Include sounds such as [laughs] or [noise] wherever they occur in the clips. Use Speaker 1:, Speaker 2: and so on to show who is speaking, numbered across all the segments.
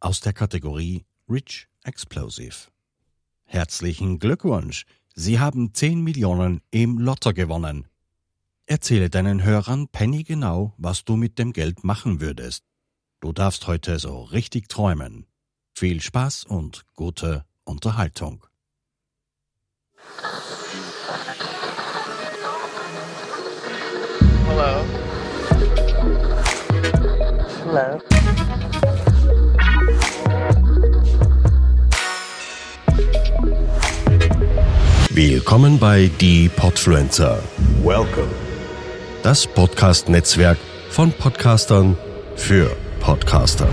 Speaker 1: aus der Kategorie Rich Explosive. Herzlichen Glückwunsch! Sie haben 10 Millionen im Lotto gewonnen. Erzähle deinen Hörern pennygenau, was du mit dem Geld machen würdest. Du darfst heute so richtig träumen. Viel Spaß und gute Unterhaltung.
Speaker 2: Hello. Hello.
Speaker 1: Willkommen bei Die Podfluencer.
Speaker 3: Welcome.
Speaker 1: Das Podcast-Netzwerk von Podcastern für Podcaster.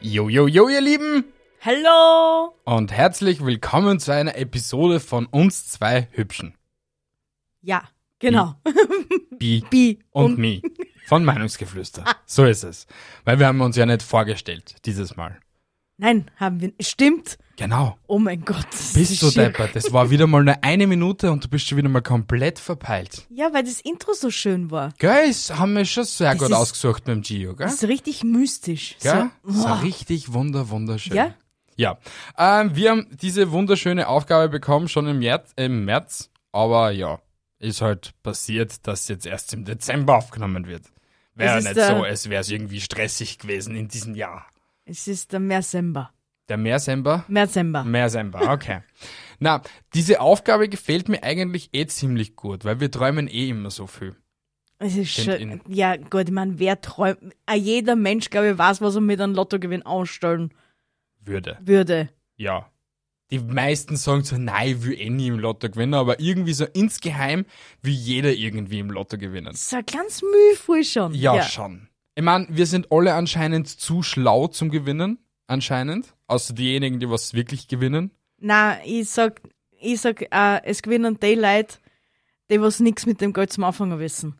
Speaker 4: Jo, jo, jo, ihr Lieben!
Speaker 5: Hallo!
Speaker 4: Und herzlich willkommen zu einer Episode von uns zwei Hübschen.
Speaker 5: Ja, genau.
Speaker 4: Hm. Bi
Speaker 5: Bi Ah.
Speaker 4: und Mi. Von Meinungsgeflüster. So ist es. Weil wir haben uns ja nicht vorgestellt, dieses Mal.
Speaker 5: [laughs] Nein, haben wir. Stimmt.
Speaker 4: Genau.
Speaker 5: Oh mein Gott. das ist
Speaker 4: Bist du
Speaker 5: schier.
Speaker 4: deppert. Das war wieder mal nur eine Minute und du bist schon wieder mal komplett verpeilt.
Speaker 5: Ja, weil das Intro so schön war.
Speaker 4: Gell, das haben wir schon sehr
Speaker 5: Das
Speaker 4: gut
Speaker 5: ist-
Speaker 4: ausgesucht beim Gio, gell?
Speaker 5: Das ist richtig mystisch.
Speaker 4: Gell?
Speaker 5: So,
Speaker 4: So
Speaker 5: boah.
Speaker 4: richtig wunder, wunderschön.
Speaker 5: Ja?
Speaker 4: Ja. Ähm, wir haben diese wunderschöne Aufgabe bekommen schon im März, im März, aber ja, ist halt passiert, dass jetzt erst im Dezember aufgenommen wird. Wäre
Speaker 5: Es ist,
Speaker 4: nicht so,
Speaker 5: äh,
Speaker 4: es wäre irgendwie stressig gewesen in diesem Jahr.
Speaker 5: Es ist der Merzember.
Speaker 4: Der Märsember?
Speaker 5: Merzember.
Speaker 4: Hm. Märsember,
Speaker 5: [laughs]
Speaker 4: okay. Na, diese Aufgabe gefällt mir eigentlich eh ziemlich gut, weil wir träumen eh immer so viel.
Speaker 5: Es ist
Speaker 4: Stimmt
Speaker 5: schön.
Speaker 4: in-
Speaker 5: Ja, gut, ich meine, wer träumt. Ah, Jeder Mensch, glaube ich, weiß, was er mit einem Lottogewinn ausstellen
Speaker 4: Würde.
Speaker 5: würde.
Speaker 4: ja, die meisten sagen so, nein, ich will eh nie im Lotto gewinnen, aber irgendwie so insgeheim will jeder irgendwie im Lotto gewinnen.
Speaker 5: So ganz mühevoll schon.
Speaker 4: Ja, schon. Ich meine, wir sind alle anscheinend zu schlau zum Gewinnen, anscheinend. Außer diejenigen, die was wirklich gewinnen.
Speaker 5: Nein, ich sag, ich sag äh, es gewinnen die Leute, die was nix mit dem Geld zum Anfangen wissen.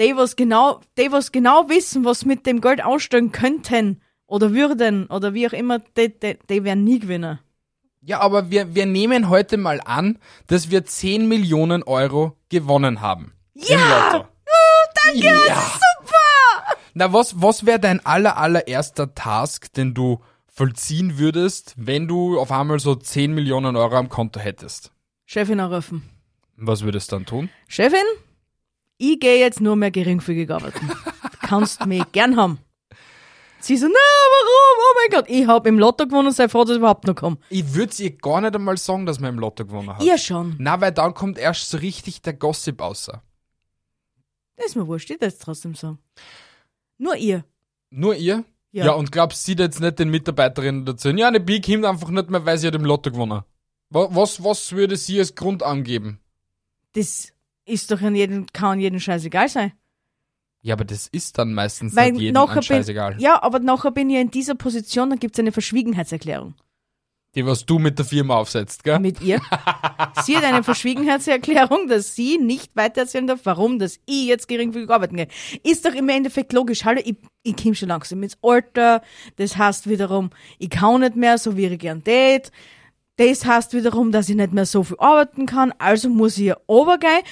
Speaker 5: Die, was genau, die, was genau wissen, was mit dem Geld ausstellen könnten oder würden oder wie auch immer, die, die, die werden nie gewinnen.
Speaker 4: Ja, aber wir, wir nehmen heute mal an, dass wir 10 Millionen Euro gewonnen haben. Ja! Im Lotto. danke, ja. super! Na, was, was wäre dein aller, allererster Task, den du vollziehen würdest, wenn du auf einmal so 10 Millionen Euro am Konto hättest?
Speaker 5: Chefin anrufen.
Speaker 4: Was würdest du dann tun?
Speaker 5: Chefin, ich gehe jetzt nur mehr geringfügig arbeiten. [laughs] Kannst mich gern haben. Sie so, na, warum? Oh mein Gott, ich hab im Lotto gewonnen, sei froh, dass ich überhaupt noch komme.
Speaker 4: Ich würd's ihr gar nicht einmal sagen, dass man im Lotto gewonnen hat.
Speaker 5: Ihr schon.
Speaker 4: Na, weil dann kommt erst so richtig der Gossip außer.
Speaker 5: Das ist mir wurscht, ich das trotzdem sagen. Nur ihr.
Speaker 4: Nur ihr?
Speaker 5: Ja.
Speaker 4: ja und glaubst sie jetzt nicht den Mitarbeiterinnen dazu? Ja, eine Bi kommt einfach nicht mehr, weil sie hat im Lotto gewonnen. Wa- Was, was würde sie als Grund angeben?
Speaker 5: das ist doch an jeden, kann an jeden Scheiß egal sein.
Speaker 4: Ja, aber das ist dann meistens
Speaker 5: Weil
Speaker 4: nicht jedem
Speaker 5: nachher
Speaker 4: an
Speaker 5: bin,
Speaker 4: scheißegal.
Speaker 5: ja, aber nachher bin ich in dieser Position, dann gibt's eine Verschwiegenheitserklärung.
Speaker 4: Die, was du mit der Firma aufsetzt, gell? [laughs]
Speaker 5: Mit ihr. sie hat eine Verschwiegenheitserklärung, dass sie nicht weitererzählen darf, warum, dass ich jetzt geringfügig arbeiten gehe. Ist doch im Endeffekt logisch. Hallo, ich, ich komme schon langsam ins Alter. Das heißt wiederum, ich kann nicht mehr, so wie ich gern tät. Das heißt wiederum, dass ich nicht mehr so viel arbeiten kann, also muss ich ja runtergehen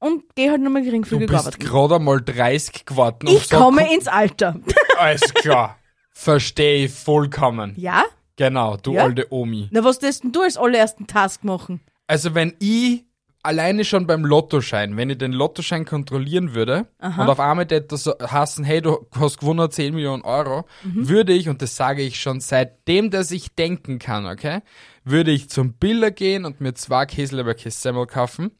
Speaker 5: und gehe halt nur mal
Speaker 4: du
Speaker 5: geringfügig
Speaker 4: bist
Speaker 5: arbeiten.
Speaker 4: gerade mal 30 geworden. und
Speaker 5: Ich
Speaker 4: sag,
Speaker 5: komme
Speaker 4: komm-
Speaker 5: ins Alter. [laughs]
Speaker 4: Alles klar. Verstehe ich vollkommen.
Speaker 5: Ja?
Speaker 4: Genau, du
Speaker 5: Ja?
Speaker 4: alte Omi.
Speaker 5: Na, was tust denn du als allerersten Task machen?
Speaker 4: Also wenn ich alleine schon beim Lottoschein, wenn ich den Lottoschein kontrollieren würde und auf einmal hätte so hassen, hey, du hast gewonnen 10 Millionen Euro, würde ich, und das sage ich schon seitdem, dass ich denken kann, okay, würde ich zum Biller gehen und mir zwei Käseleber Semmel kaufen,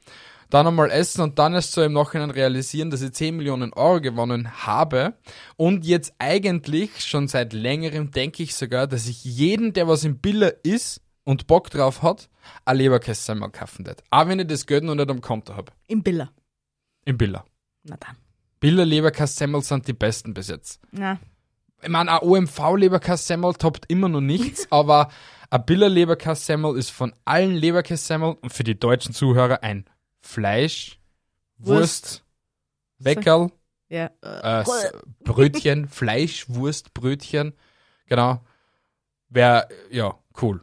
Speaker 4: dann einmal essen und dann erst so im Nachhinein realisieren, dass ich 10 Millionen Euro gewonnen habe. Und jetzt eigentlich schon seit längerem denke ich sogar, dass ich jeden, der was im Biller ist und Bock drauf hat, ein Leberkäse mal kaufen wird. Auch wenn ich das Geld noch nicht am Konto habe.
Speaker 5: Im Biller.
Speaker 4: Im Biller.
Speaker 5: Na dann.
Speaker 4: Biller Leberkassemmel sind die besten bis jetzt.
Speaker 5: Na,
Speaker 4: Ich meine, ein OMV Leberkassemmel toppt immer noch
Speaker 5: [laughs]
Speaker 4: nichts, aber ein Biller Leberkassemmel ist von allen Leberkassemmel und für die deutschen Zuhörer ein Fleisch, Wurst,
Speaker 5: Wurst.
Speaker 4: Weckerl,
Speaker 5: ja. [laughs]
Speaker 4: äh, S- Brötchen, Fleisch, Wurst, Brötchen Genau. Wäre, ja, cool.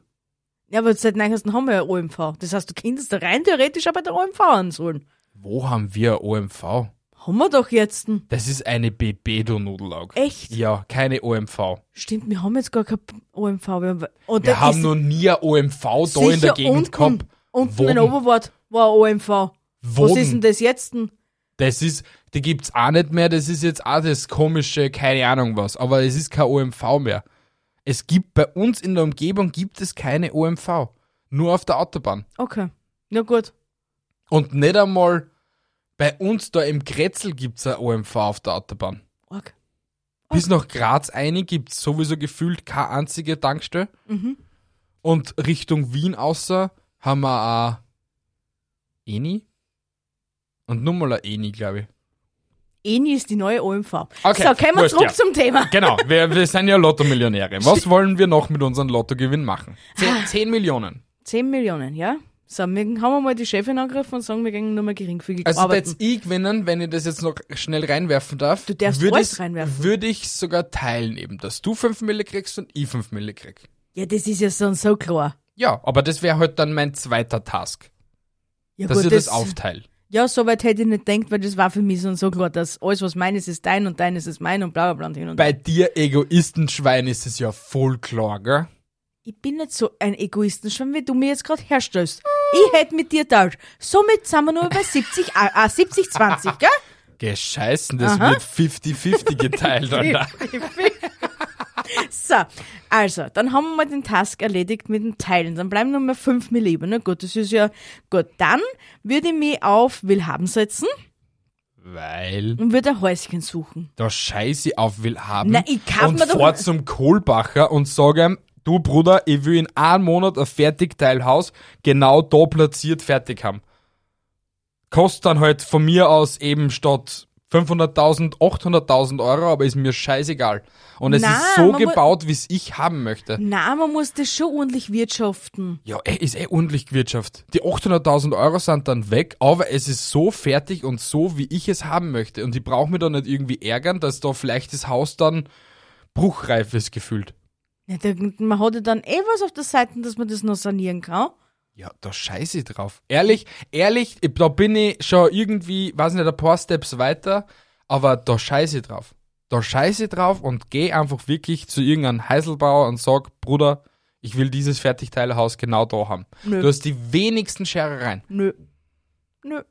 Speaker 5: Ja, aber seit neuestem haben wir ja OMV. Das heißt, du könntest da rein theoretisch auch bei der OMV ansollen.
Speaker 4: Wo haben wir OMV?
Speaker 5: Haben wir doch jetzt. einen.
Speaker 4: Das ist eine Bebedo-Nudelaug.
Speaker 5: Echt?
Speaker 4: Ja, keine OMV.
Speaker 5: Stimmt, wir haben jetzt gar kein OMV. Wir haben, oder
Speaker 4: Wir haben noch nie eine OMV da in der Gegend
Speaker 5: unten,
Speaker 4: gehabt.
Speaker 5: unten
Speaker 4: Woden.
Speaker 5: in Oberwart war ein OMV. Was
Speaker 4: Woden.
Speaker 5: ist denn das jetzt? denn?
Speaker 4: Das ist, die gibt's auch nicht mehr, das ist jetzt auch das komische, keine Ahnung was, aber es ist kein OMV mehr. Es gibt bei uns in der Umgebung gibt es keine OMV. Nur auf der Autobahn.
Speaker 5: Okay. Na gut.
Speaker 4: Und nicht einmal bei uns da im Kretzel gibt's ein OMV auf der Autobahn.
Speaker 5: Arg.
Speaker 4: Bis nach Graz eine gibt's sowieso gefühlt keine einzige Tankstelle. Und Richtung Wien außer haben wir ein Eni. Und nur mal ein Eni, glaube ich.
Speaker 5: Eni ist die neue OMV.
Speaker 4: Okay,
Speaker 5: so, kommen wir
Speaker 4: wurscht,
Speaker 5: zurück
Speaker 4: ja.
Speaker 5: zum Thema.
Speaker 4: Genau, wir, wir sind ja Lotto-Millionäre. Was wollen wir noch mit unserem Lottogewinn machen? Zehn, zehn Millionen.
Speaker 5: 10 Millionen, ja? So, wir haben mal die Chefin angegriffen und sagen, wir gehen nur mal geringfügig
Speaker 4: Also
Speaker 5: arbeiten.
Speaker 4: jetzt ich gewinnen, wenn ich das jetzt noch schnell reinwerfen darf. Du
Speaker 5: darfst
Speaker 4: würde
Speaker 5: alles
Speaker 4: ich,
Speaker 5: reinwerfen.
Speaker 4: Würde ich sogar teilen eben, dass du fünf Mille kriegst und ich fünf Mille krieg.
Speaker 5: Ja, das ist ja so, so klar.
Speaker 4: Ja, aber das wäre halt dann mein zweiter Task,
Speaker 5: Ja,
Speaker 4: dass
Speaker 5: gut,
Speaker 4: ich das, aufteile.
Speaker 5: Ja, so weit hätte ich nicht gedacht, weil das war für mich so und so klar, dass alles, was meines ist, dein und deines ist mein und bla bla bla und hin und
Speaker 4: Bei dir, Egoistenschwein, ist es ja voll klar, gell?
Speaker 5: Ich bin nicht so ein Egoistenschwein, wie du mir jetzt gerade herstellst. Ich hätte mit dir tausch. Somit sind wir nur bei 70, ah, ah, 70, 20, gell?
Speaker 4: Gescheißen, das
Speaker 5: Aha.
Speaker 4: wird 50-50
Speaker 5: [laughs]
Speaker 4: geteilt, Alter.
Speaker 5: So, also, dann haben wir mal den Task erledigt mit dem Teilen. Dann bleiben nur mehr 5 mir lieber. Na gut, das ist ja gut. Dann würde ich mich auf Willhaben setzen
Speaker 4: Weil...
Speaker 5: und würde ein Häuschen suchen.
Speaker 4: da Scheiße auf will haben
Speaker 5: Na, ich kann
Speaker 4: und
Speaker 5: mir doch-
Speaker 4: fahr zum Kohlbacher und sage ihm, du Bruder, ich will in einem Monat ein Fertigteilhaus genau da platziert fertig haben. Kostet dann halt von mir aus eben statt 500.000, 800.000 Euro, aber ist mir scheißegal. Und es
Speaker 5: Na,
Speaker 4: ist so
Speaker 5: man mu-
Speaker 4: gebaut, wie es ich haben möchte.
Speaker 5: Na, man muss das schon ordentlich wirtschaften.
Speaker 4: Ja, eh, ist eh ordentlich gewirtschaftet. Die 800.000 Euro sind dann weg, aber es ist so fertig und so, wie ich es haben möchte. Und ich brauche mich da nicht irgendwie ärgern, dass da vielleicht das Haus dann bruchreif ist gefühlt.
Speaker 5: Ja, da, man hat ja dann eh was auf der Seite, dass man das noch sanieren kann.
Speaker 4: Ja, da scheiße ich drauf. Ehrlich, ehrlich, ich- da bin ich schon irgendwie, weiß nicht, ein paar Steps weiter, aber da scheiße ich drauf. Da scheiße ich drauf und geh einfach wirklich zu irgendeinem Heiselbauer und sag, Bruder, ich will dieses Fertigteilehaus genau da haben.
Speaker 5: Nö.
Speaker 4: Du hast die wenigsten Scherereien.
Speaker 5: Nö. Nö.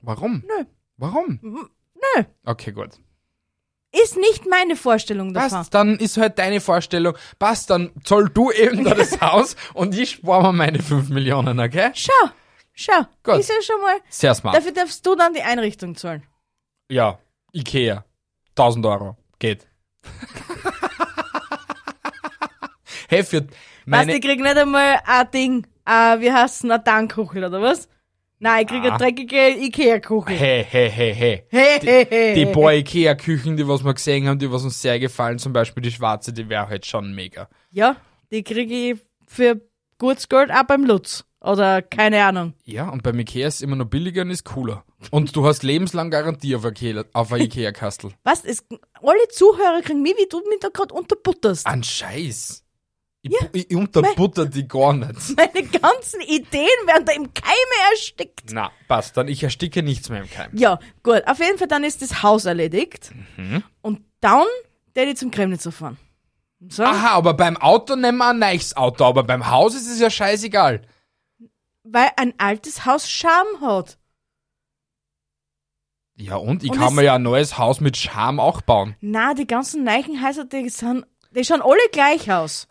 Speaker 4: Warum?
Speaker 5: Nö.
Speaker 4: Warum?
Speaker 5: Nö.
Speaker 4: Okay, gut.
Speaker 5: Ist nicht meine Vorstellung davon.
Speaker 4: Passt, dann ist halt deine Vorstellung. Passt, dann zoll du [laughs] eben da das Haus und ich spare mir meine 5 Millionen, okay?
Speaker 5: Schau. Schau.
Speaker 4: Gut. Ah.
Speaker 5: Ist ja schon mal.
Speaker 4: Sehr smart.
Speaker 5: Dafür darfst du dann die Einrichtung zahlen.
Speaker 4: Ja, Ikea. 1000 Euro. Geht.
Speaker 5: [laughs]
Speaker 4: hey, für
Speaker 5: Meine
Speaker 4: meine...
Speaker 5: weißt, ich krieg nicht einmal ein Ding, äh, wie heißt ein Dankkuchel oder was? Nein, ich krieg
Speaker 4: Ah.
Speaker 5: eine dreckige Ikea-Kuchel.
Speaker 4: Hey, hey, hey, hey.
Speaker 5: Hey, hey, hey.
Speaker 4: Die paar Ikea-Küchen, die was wir gesehen haben, die was uns sehr gefallen, zum Beispiel die schwarze, die wäre halt schon mega.
Speaker 5: Ja, die krieg ich für gutes Geld auch beim Lutz. Oder keine Ahnung.
Speaker 4: Ja, und beim Ikea ist es immer noch billiger und ist cooler. Und du hast lebenslang Garantie auf ein Ikea- auf ein Ikea-Kastel.
Speaker 5: Was? Es, alle Zuhörer kriegen mit, wie du mich da gerade
Speaker 4: [laughs]
Speaker 5: unterbutterst.
Speaker 4: An Scheiß. Ich, bu- ich unterbutter die gar nicht.
Speaker 5: [laughs] Meine ganzen Ideen werden da im Keime erstickt.
Speaker 4: Na, passt, dann ich ersticke nichts mehr im Keim.
Speaker 5: Ja, gut. Auf jeden Fall, dann ist das Haus erledigt.
Speaker 4: Mhm.
Speaker 5: Und dann werde ich zum Kremnitzer fahren. So.
Speaker 4: Aha, aber beim Auto nehmen wir ein neues Auto, aber beim Haus ist es ja scheißegal.
Speaker 5: Weil ein altes Haus Charme hat.
Speaker 4: Ja, und ich
Speaker 5: Und
Speaker 4: kann
Speaker 5: es-
Speaker 4: mir ja ein neues Haus mit Charme auch bauen.
Speaker 5: Na, die ganzen Neichenhäuser, die sind, die schauen alle gleich aus.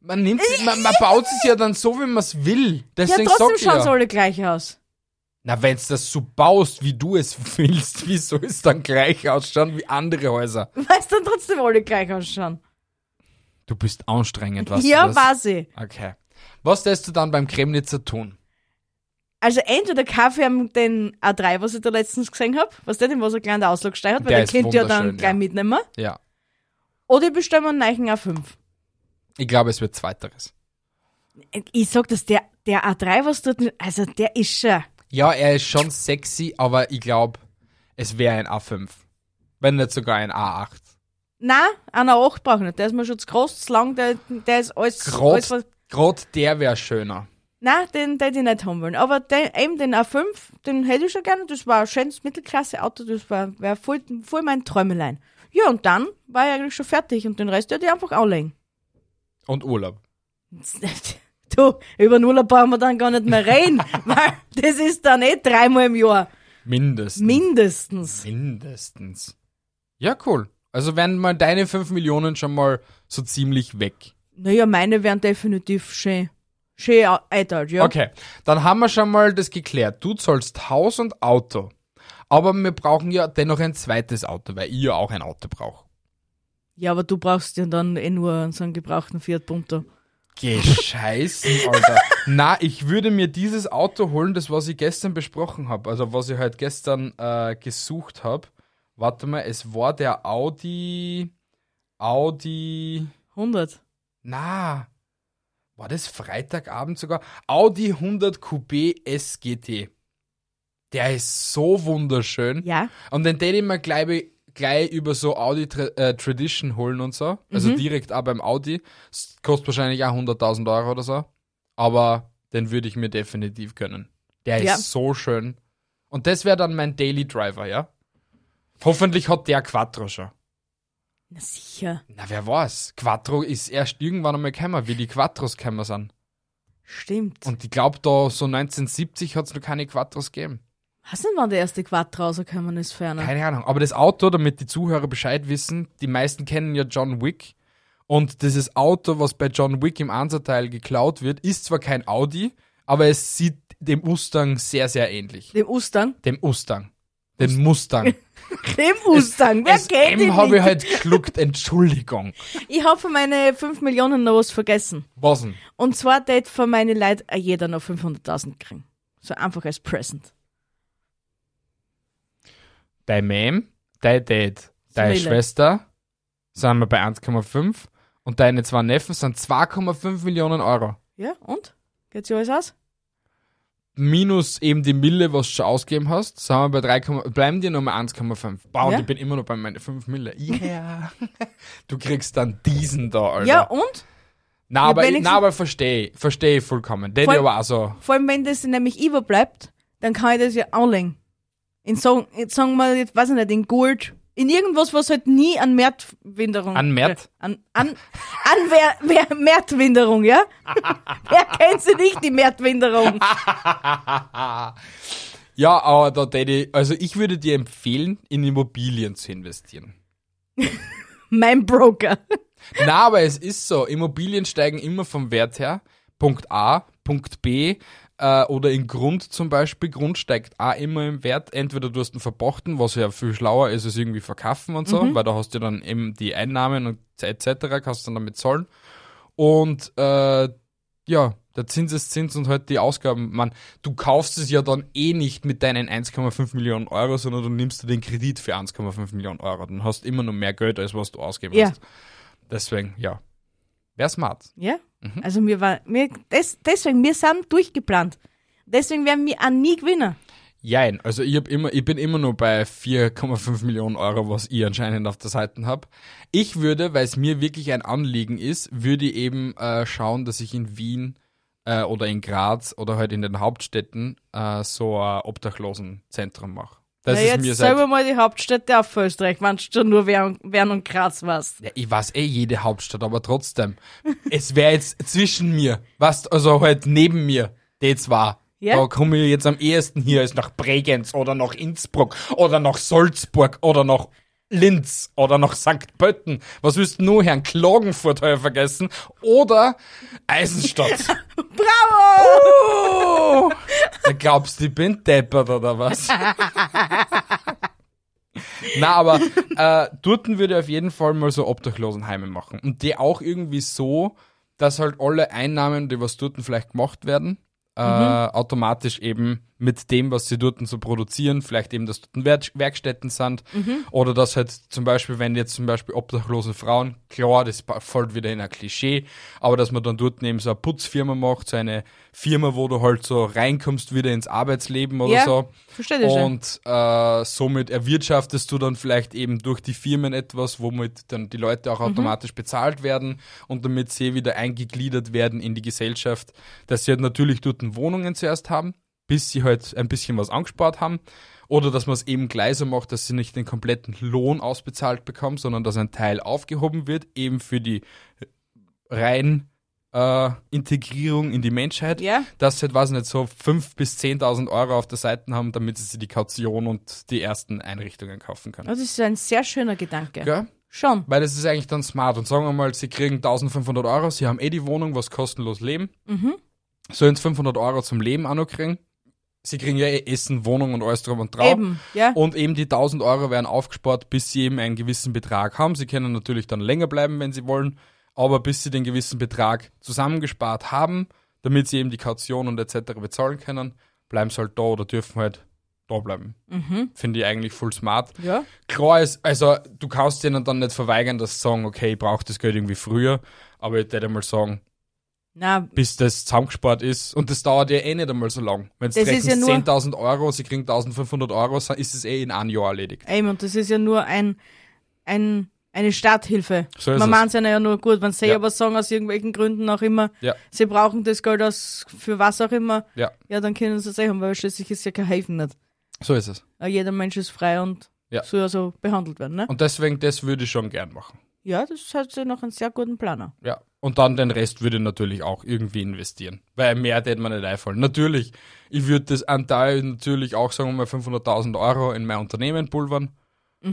Speaker 4: Man nimmt sie, man, man baut es ja dann so, wie man es will.
Speaker 5: Ja,
Speaker 4: Deswegen sag
Speaker 5: trotzdem
Speaker 4: ich
Speaker 5: schauen sie
Speaker 4: ja.
Speaker 5: alle gleich aus. [laughs]
Speaker 4: Na, wenn du das so baust, wie du es [laughs] willst, wie soll es dann gleich ausschauen wie andere Häuser?
Speaker 5: Weißt du, dann trotzdem alle gleich ausschauen.
Speaker 4: Du bist anstrengend, was
Speaker 5: ja,
Speaker 4: du das?
Speaker 5: weiß ich.
Speaker 4: Okay. Was lässt du dann beim Kremnitzer tun?
Speaker 5: Also entweder Kaffee am den A3, was ich da letztens gesehen habe, was der denn, was er klein der Auslagsstein hat, weil
Speaker 4: Der
Speaker 5: der,
Speaker 4: ist
Speaker 5: könnt ihr ja dann
Speaker 4: wunderschön,
Speaker 5: gleich
Speaker 4: ja.
Speaker 5: mitnehmen.
Speaker 4: Ja.
Speaker 5: Oder ich bestelle mir einen Neichen A5.
Speaker 4: Ich glaube, es wird zweiteres.
Speaker 5: Ich sag das, der, der A3, was dort, also der ist schon.
Speaker 4: Ja, er ist schon sexy, aber ich glaube, es wäre ein A5. Wenn nicht sogar ein A8.
Speaker 5: Nein, einer 8 brauche ich nicht. Der ist mir schon zu groß, zu lang, der, der ist alles. alles was-
Speaker 4: Gerade grad der wäre schöner.
Speaker 5: Nein, den hätte ich nicht haben wollen. Aber den, eben den A5, den hätte ich schon gerne. Das war ein schönes Mittelklasse-Auto, das war wär voll, voll mein Träumelein. Ja, und dann war ich eigentlich schon fertig und den Rest hätte ich einfach anlegen.
Speaker 4: Und Urlaub.
Speaker 5: Du, über den Urlaub brauchen wir dann gar nicht mehr
Speaker 4: [laughs]
Speaker 5: reden, weil das ist dann eh dreimal im Jahr.
Speaker 4: Mindestens.
Speaker 5: Mindestens.
Speaker 4: Mindestens. Ja, cool. Also wären mal deine 5 Millionen schon mal so ziemlich weg.
Speaker 5: Naja, meine wären definitiv schön. Schön au- eingeteilt, ja.
Speaker 4: Okay, dann haben wir schon mal das geklärt. Du zahlst Haus und Auto. Aber wir brauchen ja dennoch ein zweites Auto, weil ihr auch ein Auto braucht.
Speaker 5: Ja, aber du brauchst ja dann eh nur so einen gebrauchten Fiat Punto.
Speaker 4: Gescheißen, Alter. [laughs] Na, ich würde mir dieses Auto holen, das was ich gestern besprochen habe. Also was ich halt gestern äh, gesucht habe. Warte mal, es war der Audi. Audi.
Speaker 5: 100.
Speaker 4: Na, war das Freitagabend sogar? Audi 100 Coupé SGT. Der ist so wunderschön.
Speaker 5: Ja.
Speaker 4: Und den tät ich mir gleich, gleich über so Audi Tra äh, Tradition holen und so. Also direkt auch beim Audi. S- Kostet wahrscheinlich auch 100.000 Euro oder so. Aber den würde ich mir definitiv gönnen. Der
Speaker 5: Ja.
Speaker 4: ist so schön. Und das wäre dann mein Daily Driver, ja? Hoffentlich hat der Quattro schon.
Speaker 5: Na sicher.
Speaker 4: Na, wer weiß. Quattro ist erst irgendwann einmal gekommen, wie die Quattros gekommen sind.
Speaker 5: Stimmt.
Speaker 4: Und ich glaube, da so 1970 hat es noch keine Quattros gegeben.
Speaker 5: Hast du denn, wann der erste Quad rausgekommen ist, Ferner?
Speaker 4: Keine Ahnung. Aber das Auto, damit die Zuhörer Bescheid wissen, die meisten kennen ja John Wick. Und dieses Auto, was bei John Wick im Ansatzteil geklaut wird, ist zwar kein Audi, aber es sieht dem Mustang sehr, sehr ähnlich.
Speaker 5: Dem Ustang?
Speaker 4: Dem Mustang. Den Mustang.
Speaker 5: Dem Ustang, [laughs] wer
Speaker 4: Das
Speaker 5: kennt ihn
Speaker 4: M habe ich
Speaker 5: nicht?
Speaker 4: halt geschluckt, Entschuldigung.
Speaker 5: Ich habe für meine 5 Millionen noch was vergessen.
Speaker 4: Was denn?
Speaker 5: Und zwar tät für meine Leute auch äh, jeder noch 500.000 kriegen. So einfach als Present.
Speaker 4: dein Mem, dein Dad, deine
Speaker 5: Smiley.
Speaker 4: Schwester sind wir bei 1,5 und deine zwei Neffen sind 2,5 Millionen Euro.
Speaker 5: Ja, und? Geht sich alles aus?
Speaker 4: Minus eben die Mille, was du schon ausgegeben hast, sind wir bei 3, bleiben dir nochmal 1,5. Wow,
Speaker 5: Ja.
Speaker 4: ich bin immer noch bei meinen 5 Mille. Yeah. [laughs] du kriegst dann diesen da, Alter.
Speaker 5: Ja, und?
Speaker 4: na, aber, ich-
Speaker 5: wenigstens-
Speaker 4: na, aber verstehe, verstehe ich vollkommen. Den
Speaker 5: Voll-
Speaker 4: ich aber auch so.
Speaker 5: Vor allem, wenn das nämlich überbleibt, dann kann ich das ja anlegen. In so, in, sagen wir, jetzt weiß ich nicht, in Gold. In irgendwas, was halt nie an Märtwinderung.
Speaker 4: An Märt?
Speaker 5: Äh, An, an, an wer, wer, Märtwinderung, ja? [laughs] wer kennt sie nicht,
Speaker 4: [laughs]
Speaker 5: die Märtwinderung?
Speaker 4: Ja, aber da Daddy, also ich würde dir empfehlen, in Immobilien zu investieren.
Speaker 5: mein Broker.
Speaker 4: [laughs] Na, aber es ist so. Immobilien steigen immer vom Wert her. Punkt A, Punkt B äh, oder in Grund zum Beispiel. Grund steigt auch immer im Wert. Entweder du hast einen verpachten, was ja viel schlauer ist, als irgendwie verkaufen und so, weil da hast du dann eben die Einnahmen und etc. kannst dann damit zahlen. Und äh, ja, der Zinseszins und halt die Ausgaben. Man, du kaufst es ja dann eh nicht mit deinen 1,5 Millionen Euro, sondern du nimmst dir den Kredit für 1,5 Millionen Euro. Dann hast du immer noch mehr Geld, als was du ausgeben
Speaker 5: Ja.
Speaker 4: hast. Deswegen, ja. Wäre smart.
Speaker 5: Ja?
Speaker 4: Mhm.
Speaker 5: Also mir war, mir, des, deswegen, wir sind durchgeplant. Deswegen werden wir auch nie gewinnen.
Speaker 4: Jein, also ich, hab immer, ich bin immer nur bei 4,5 Millionen Euro, was ich anscheinend auf der Seite habe. Ich würde, weil es mir wirklich ein Anliegen ist, würde ich eben äh, schauen, dass ich in Wien äh, oder in Graz oder halt in den Hauptstädten äh, so ein Obdachlosenzentrum mache. Das
Speaker 5: Na,
Speaker 4: ist
Speaker 5: jetzt
Speaker 4: mir seit,
Speaker 5: selber mal die Hauptstädte auf Österreich, wenn du schon nur Wern, Wern und Graz warst.
Speaker 4: Ja, ich weiß eh jede Hauptstadt, aber trotzdem. es wäre jetzt zwischen mir, was, also halt neben mir, die zwar.
Speaker 5: Ja.
Speaker 4: Da komme ich jetzt am ehesten hier als nach Bregenz oder nach Innsbruck oder nach Salzburg oder nach Linz oder nach St. Pötten. Was willst du nur, Herrn Klagenfurt heuer vergessen? Oder Eisenstadt.
Speaker 5: Bravo!
Speaker 4: oh, da glaubst du, ich bin deppert oder was? Na, aber äh, Durten würde ich auf jeden Fall mal so Obdachlosenheime machen. Und die auch irgendwie so, dass halt alle Einnahmen, die was Durten vielleicht gemacht werden, äh, automatisch eben mit dem, was sie dort so produzieren, vielleicht eben, dass dort Werk Werkstätten sind oder dass halt zum Beispiel, wenn jetzt zum Beispiel obdachlose Frauen, klar, das pa- fällt wieder in ein Klischee, aber dass man dann dort eben so eine Putzfirma macht, so eine Firma, wo du halt so reinkommst wieder ins Arbeitsleben oder
Speaker 5: Ja,
Speaker 4: so.
Speaker 5: verstehe das schon.
Speaker 4: Und äh, somit erwirtschaftest du dann vielleicht eben durch die Firmen etwas, womit dann die Leute
Speaker 5: Mhm.
Speaker 4: auch automatisch bezahlt werden und damit sie wieder eingegliedert werden in die Gesellschaft, dass sie halt natürlich dort Wohnungen zuerst haben, bis sie halt ein bisschen was angespart haben. Oder dass man es eben gleich so macht, dass sie nicht den kompletten Lohn ausbezahlt bekommen, sondern dass ein Teil aufgehoben wird, eben für die rein äh, Integrierung in die Menschheit
Speaker 5: Ja.
Speaker 4: dass sie, halt, weiß ich nicht, so 5.000 bis 10.000 Euro auf der Seite haben, damit sie sich die Kaution und die ersten Einrichtungen kaufen können.
Speaker 5: Das ist ein sehr schöner Gedanke.
Speaker 4: Gell?
Speaker 5: Schon.
Speaker 4: Weil das ist eigentlich dann smart. Und sagen wir mal, sie kriegen 1.500 Euro, sie haben eh die Wohnung, was kostenlos leben. Sollen sie 500 Euro zum Leben auch noch kriegen. Sie kriegen ja eh Essen, Wohnung und alles drum und drauf.
Speaker 5: Eben, ja.
Speaker 4: Und eben die 1000 Euro werden aufgespart, bis sie eben einen gewissen Betrag haben. Sie können natürlich dann länger bleiben, wenn sie wollen, aber bis sie den gewissen Betrag zusammengespart haben, damit sie eben die Kaution und etc. bezahlen können, bleiben sie halt da oder dürfen halt da bleiben. Finde ich eigentlich voll smart.
Speaker 5: Mhm. Ja.
Speaker 4: Klar ist, also du kannst denen dann nicht verweigern, dass sie sagen, okay, ich brauche das Geld irgendwie früher, aber ich würde mal sagen,
Speaker 5: Na,
Speaker 4: bis das zusammengespart ist. Und das dauert ja eh nicht einmal so lang. Wenn es
Speaker 5: Das ist
Speaker 4: rechnest
Speaker 5: ja nur-
Speaker 4: 10.000 Euro, sie kriegen 1.500 Euro, sa- ist es eh in einem Jahr erledigt.
Speaker 5: eben, und das ist ja nur ein, ein, eine Starthilfe.
Speaker 4: So ist
Speaker 5: Man
Speaker 4: es.
Speaker 5: meint es ja nur gut, wenn sie
Speaker 4: Ja.
Speaker 5: aber sagen, aus irgendwelchen Gründen auch immer,
Speaker 4: Ja.
Speaker 5: sie brauchen das Geld aus, für was auch immer,
Speaker 4: Ja,
Speaker 5: ja, dann können sie es eh haben, weil schließlich ist ja kein Hafen nicht.
Speaker 4: so ist es.
Speaker 5: Äh, Jeder Mensch ist frei und
Speaker 4: Ja.
Speaker 5: soll also behandelt werden, ne?
Speaker 4: Und deswegen, das würde ich schon gern machen.
Speaker 5: Ja, das hat sie noch einen sehr guten Planer.
Speaker 4: Ja. Und dann den Rest würde ich natürlich auch irgendwie investieren. Weil mehr hätte man nicht einfallen. Natürlich, ich würde das einen Teil natürlich auch, sagen wir mal, 500.000 Euro in mein Unternehmen pulvern.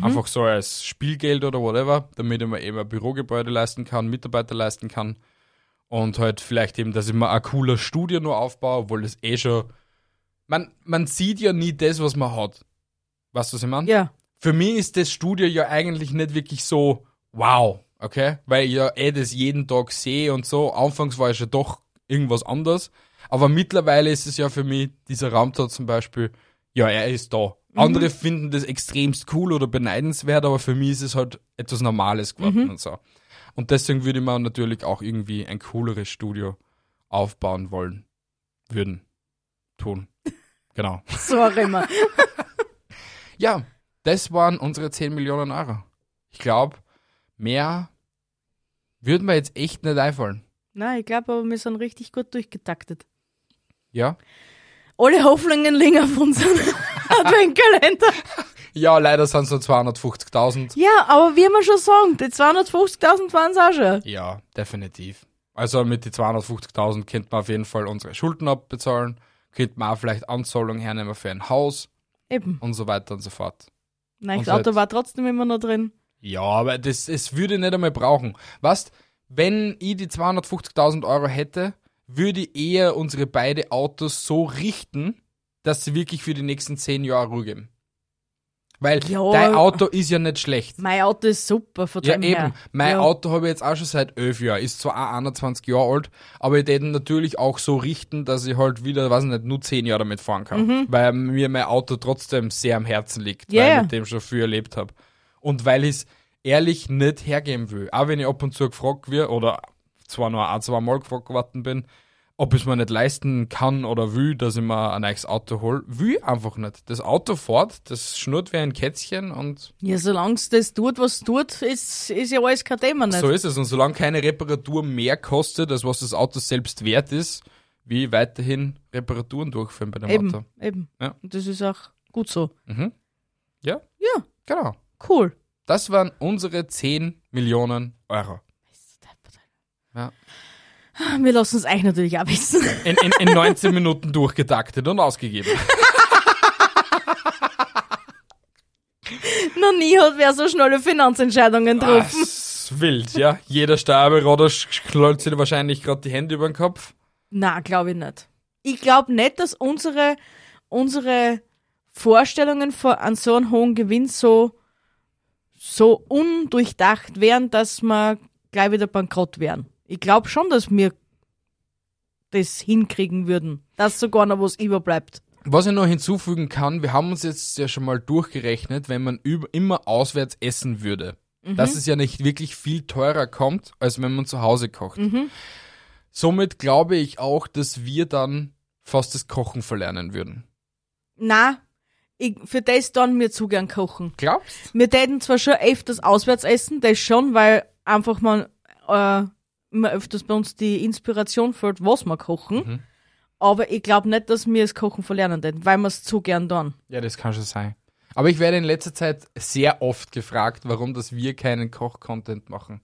Speaker 4: Einfach so als Spielgeld oder whatever, damit ich mir eben ein Bürogebäude leisten kann, Mitarbeiter leisten kann. Und halt vielleicht eben, dass ich mir ein cooler Studio nur aufbaue, obwohl das eh schon. Man, man sieht ja nie das, was man hat. Weißt du, was ich meine?
Speaker 5: Ja, [laughs]
Speaker 4: für mich ist das Studio ja eigentlich nicht wirklich so wow, okay? Weil ich ja eh das jeden Tag sehe und so. Anfangs war es ja doch irgendwas anders. Aber mittlerweile ist es ja für mich, dieser Raum da zum Beispiel, ja, er ist da. Andere finden das extremst cool oder beneidenswert, aber für mich ist es halt etwas Normales geworden und so. Und deswegen würde man natürlich auch irgendwie ein cooleres Studio aufbauen wollen, würden, tun. Genau.
Speaker 5: so auch immer.
Speaker 4: Ja, das waren unsere 10 Millionen Euro. Ich glaube, mehr würden mir jetzt echt nicht einfallen.
Speaker 5: Nein, ich glaube aber, wir sind richtig gut durchgetaktet.
Speaker 4: Ja?
Speaker 5: Alle Hoffnungen liegen auf [laughs] unserem Adventkalender.
Speaker 4: Ja, leider sind es nur 250.000.
Speaker 5: Ja, aber wie man schon sagen, die 250.000 waren es auch schon.
Speaker 4: Ja, definitiv. Also mit die 250.000 könnte man auf jeden Fall unsere Schulden abbezahlen, könnte man auch vielleicht Anzahlung hernehmen für ein Haus
Speaker 5: Eben.
Speaker 4: und so weiter und so fort.
Speaker 5: Nein,
Speaker 4: Und halt
Speaker 5: das Auto
Speaker 4: seit-
Speaker 5: war trotzdem immer noch drin.
Speaker 4: Ja, aber das, es würde ich nicht einmal brauchen. Weißt, wenn ich die 250.000 Euro hätte, würde ich eher unsere beide Autos so richten, dass sie wirklich für die nächsten 10 Jahre Ruhe geben. Weil
Speaker 5: Ja.
Speaker 4: dein Auto ist ja nicht schlecht.
Speaker 5: Mein Auto ist super, von
Speaker 4: Ja,
Speaker 5: dem
Speaker 4: eben.
Speaker 5: her.
Speaker 4: Mein
Speaker 5: ja.
Speaker 4: Auto habe ich jetzt auch schon seit 11 Jahren. Ist zwar auch 21 Jahre alt, aber ich würde natürlich auch so richten, dass ich halt wieder, weiß ich nicht, nur 10 Jahre damit fahren kann. Weil mir mein Auto trotzdem sehr am Herzen liegt,
Speaker 5: Mhm. Ja,
Speaker 4: weil
Speaker 5: ja.
Speaker 4: ich mit dem schon viel erlebt habe. Und weil ich es ehrlich nicht hergeben will. Auch wenn ich ab und zu gefragt wird, oder zwar nur ein, zwei Mal gefragt geworden bin, ob ich es mir nicht leisten kann oder will, dass ich mir ein neues Auto hole. Will ich einfach nicht. Das Auto fährt, das schnurrt wie ein Kätzchen und
Speaker 5: Ja, solange es das tut, was es tut, ist, ist ja alles kein Thema nicht.
Speaker 4: So ist es. Und solange keine Reparatur mehr kostet, als was das Auto selbst wert ist, wie ich weiterhin Reparaturen durchführen bei dem
Speaker 5: eben,
Speaker 4: Auto.
Speaker 5: eben.
Speaker 4: Ja.
Speaker 5: Und das ist auch gut so.
Speaker 4: Ja?
Speaker 5: Ja.
Speaker 4: Genau.
Speaker 5: Cool.
Speaker 4: Das waren unsere 10 Millionen Euro. Ja.
Speaker 5: Ah, Wir lassen es euch natürlich auch wissen. [laughs]
Speaker 4: In, in, in 19 Minuten durchgetaktet und ausgegeben.
Speaker 5: noch nie hat wer so schnelle Finanzentscheidungen
Speaker 4: Das
Speaker 5: getroffen.
Speaker 4: ist wild, ja. Jeder Steuerberater sch- schlollt sich wahrscheinlich gerade die Hände über den Kopf.
Speaker 5: Na, glaube ich nicht. Ich glaube nicht, dass unsere, unsere Vorstellungen von an so einem hohen Gewinn so, so undurchdacht wären, dass wir gleich wieder bankrott wären. Ich glaube schon, dass wir das hinkriegen würden, dass sogar noch was überbleibt.
Speaker 4: Was ich noch hinzufügen kann, wir haben uns jetzt ja schon mal durchgerechnet, wenn man üb- immer auswärts essen würde,
Speaker 5: Mhm.
Speaker 4: dass es ja nicht wirklich viel teurer kommt, als wenn man zu Hause kocht. Somit glaube ich auch, dass wir dann fast das Kochen verlernen würden.
Speaker 5: Na, ich, für das dann mir zu gern kochen.
Speaker 4: Glaubst?
Speaker 5: Wir täten zwar schon öfters auswärts essen, das schon, weil einfach man äh, immer öfters bei uns die Inspiration fällt, was wir kochen. Aber ich glaube nicht, dass wir das Kochen verlernen täten, weil wir es zu gern dann.
Speaker 4: Ja, das kann schon sein. Aber ich werde in letzter Zeit sehr oft gefragt, warum dass wir keinen Koch-Content machen.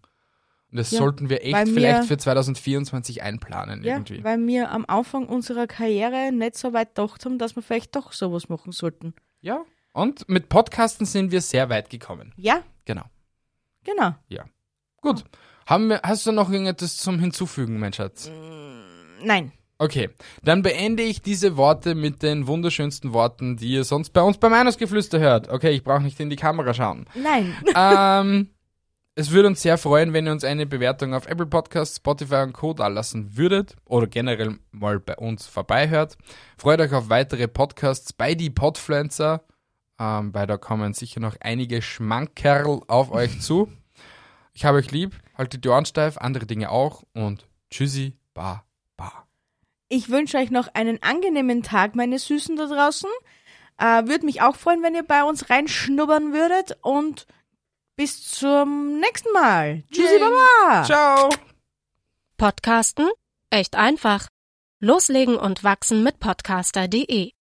Speaker 4: Und das
Speaker 5: Ja,
Speaker 4: sollten wir
Speaker 5: weil
Speaker 4: echt
Speaker 5: wir-
Speaker 4: vielleicht für 2024 einplanen
Speaker 5: Ja,
Speaker 4: irgendwie.
Speaker 5: weil wir am Anfang unserer Karriere nicht so weit gedacht haben, dass wir vielleicht doch sowas machen sollten.
Speaker 4: Ja. Und mit Podcasten sind wir sehr weit gekommen.
Speaker 5: Ja,
Speaker 4: Genau.
Speaker 5: genau.
Speaker 4: Gut. Haben wir, hast du noch irgendetwas zum Hinzufügen, mein Schatz?
Speaker 5: Nein.
Speaker 4: Okay, dann beende ich diese Worte mit den wunderschönsten Worten, die ihr sonst bei uns beim Meinungsgeflüster hört. Okay, ich brauche nicht in die Kamera schauen.
Speaker 5: Nein.
Speaker 4: ähm, es würde uns sehr freuen, wenn ihr uns eine Bewertung auf Apple Podcasts, Spotify und Co. dalassen würdet oder generell mal bei uns vorbeihört. Freut euch auf weitere Podcasts bei die Podfluencer, ähm, weil da kommen sicher noch einige Schmankerl auf euch zu. Ich habe euch lieb, haltet die Ohren steif, andere Dinge auch und tschüssi, ba, ba.
Speaker 5: Ich wünsche euch noch einen angenehmen Tag, meine Süßen da draußen. Äh, Würde mich auch freuen, wenn ihr bei uns reinschnuppern würdet. Und bis zum nächsten Mal. Tschüssi,
Speaker 4: Yay.
Speaker 5: Baba.
Speaker 4: Ciao.
Speaker 2: Podcasten? Echt einfach. Loslegen und wachsen mit podcaster.de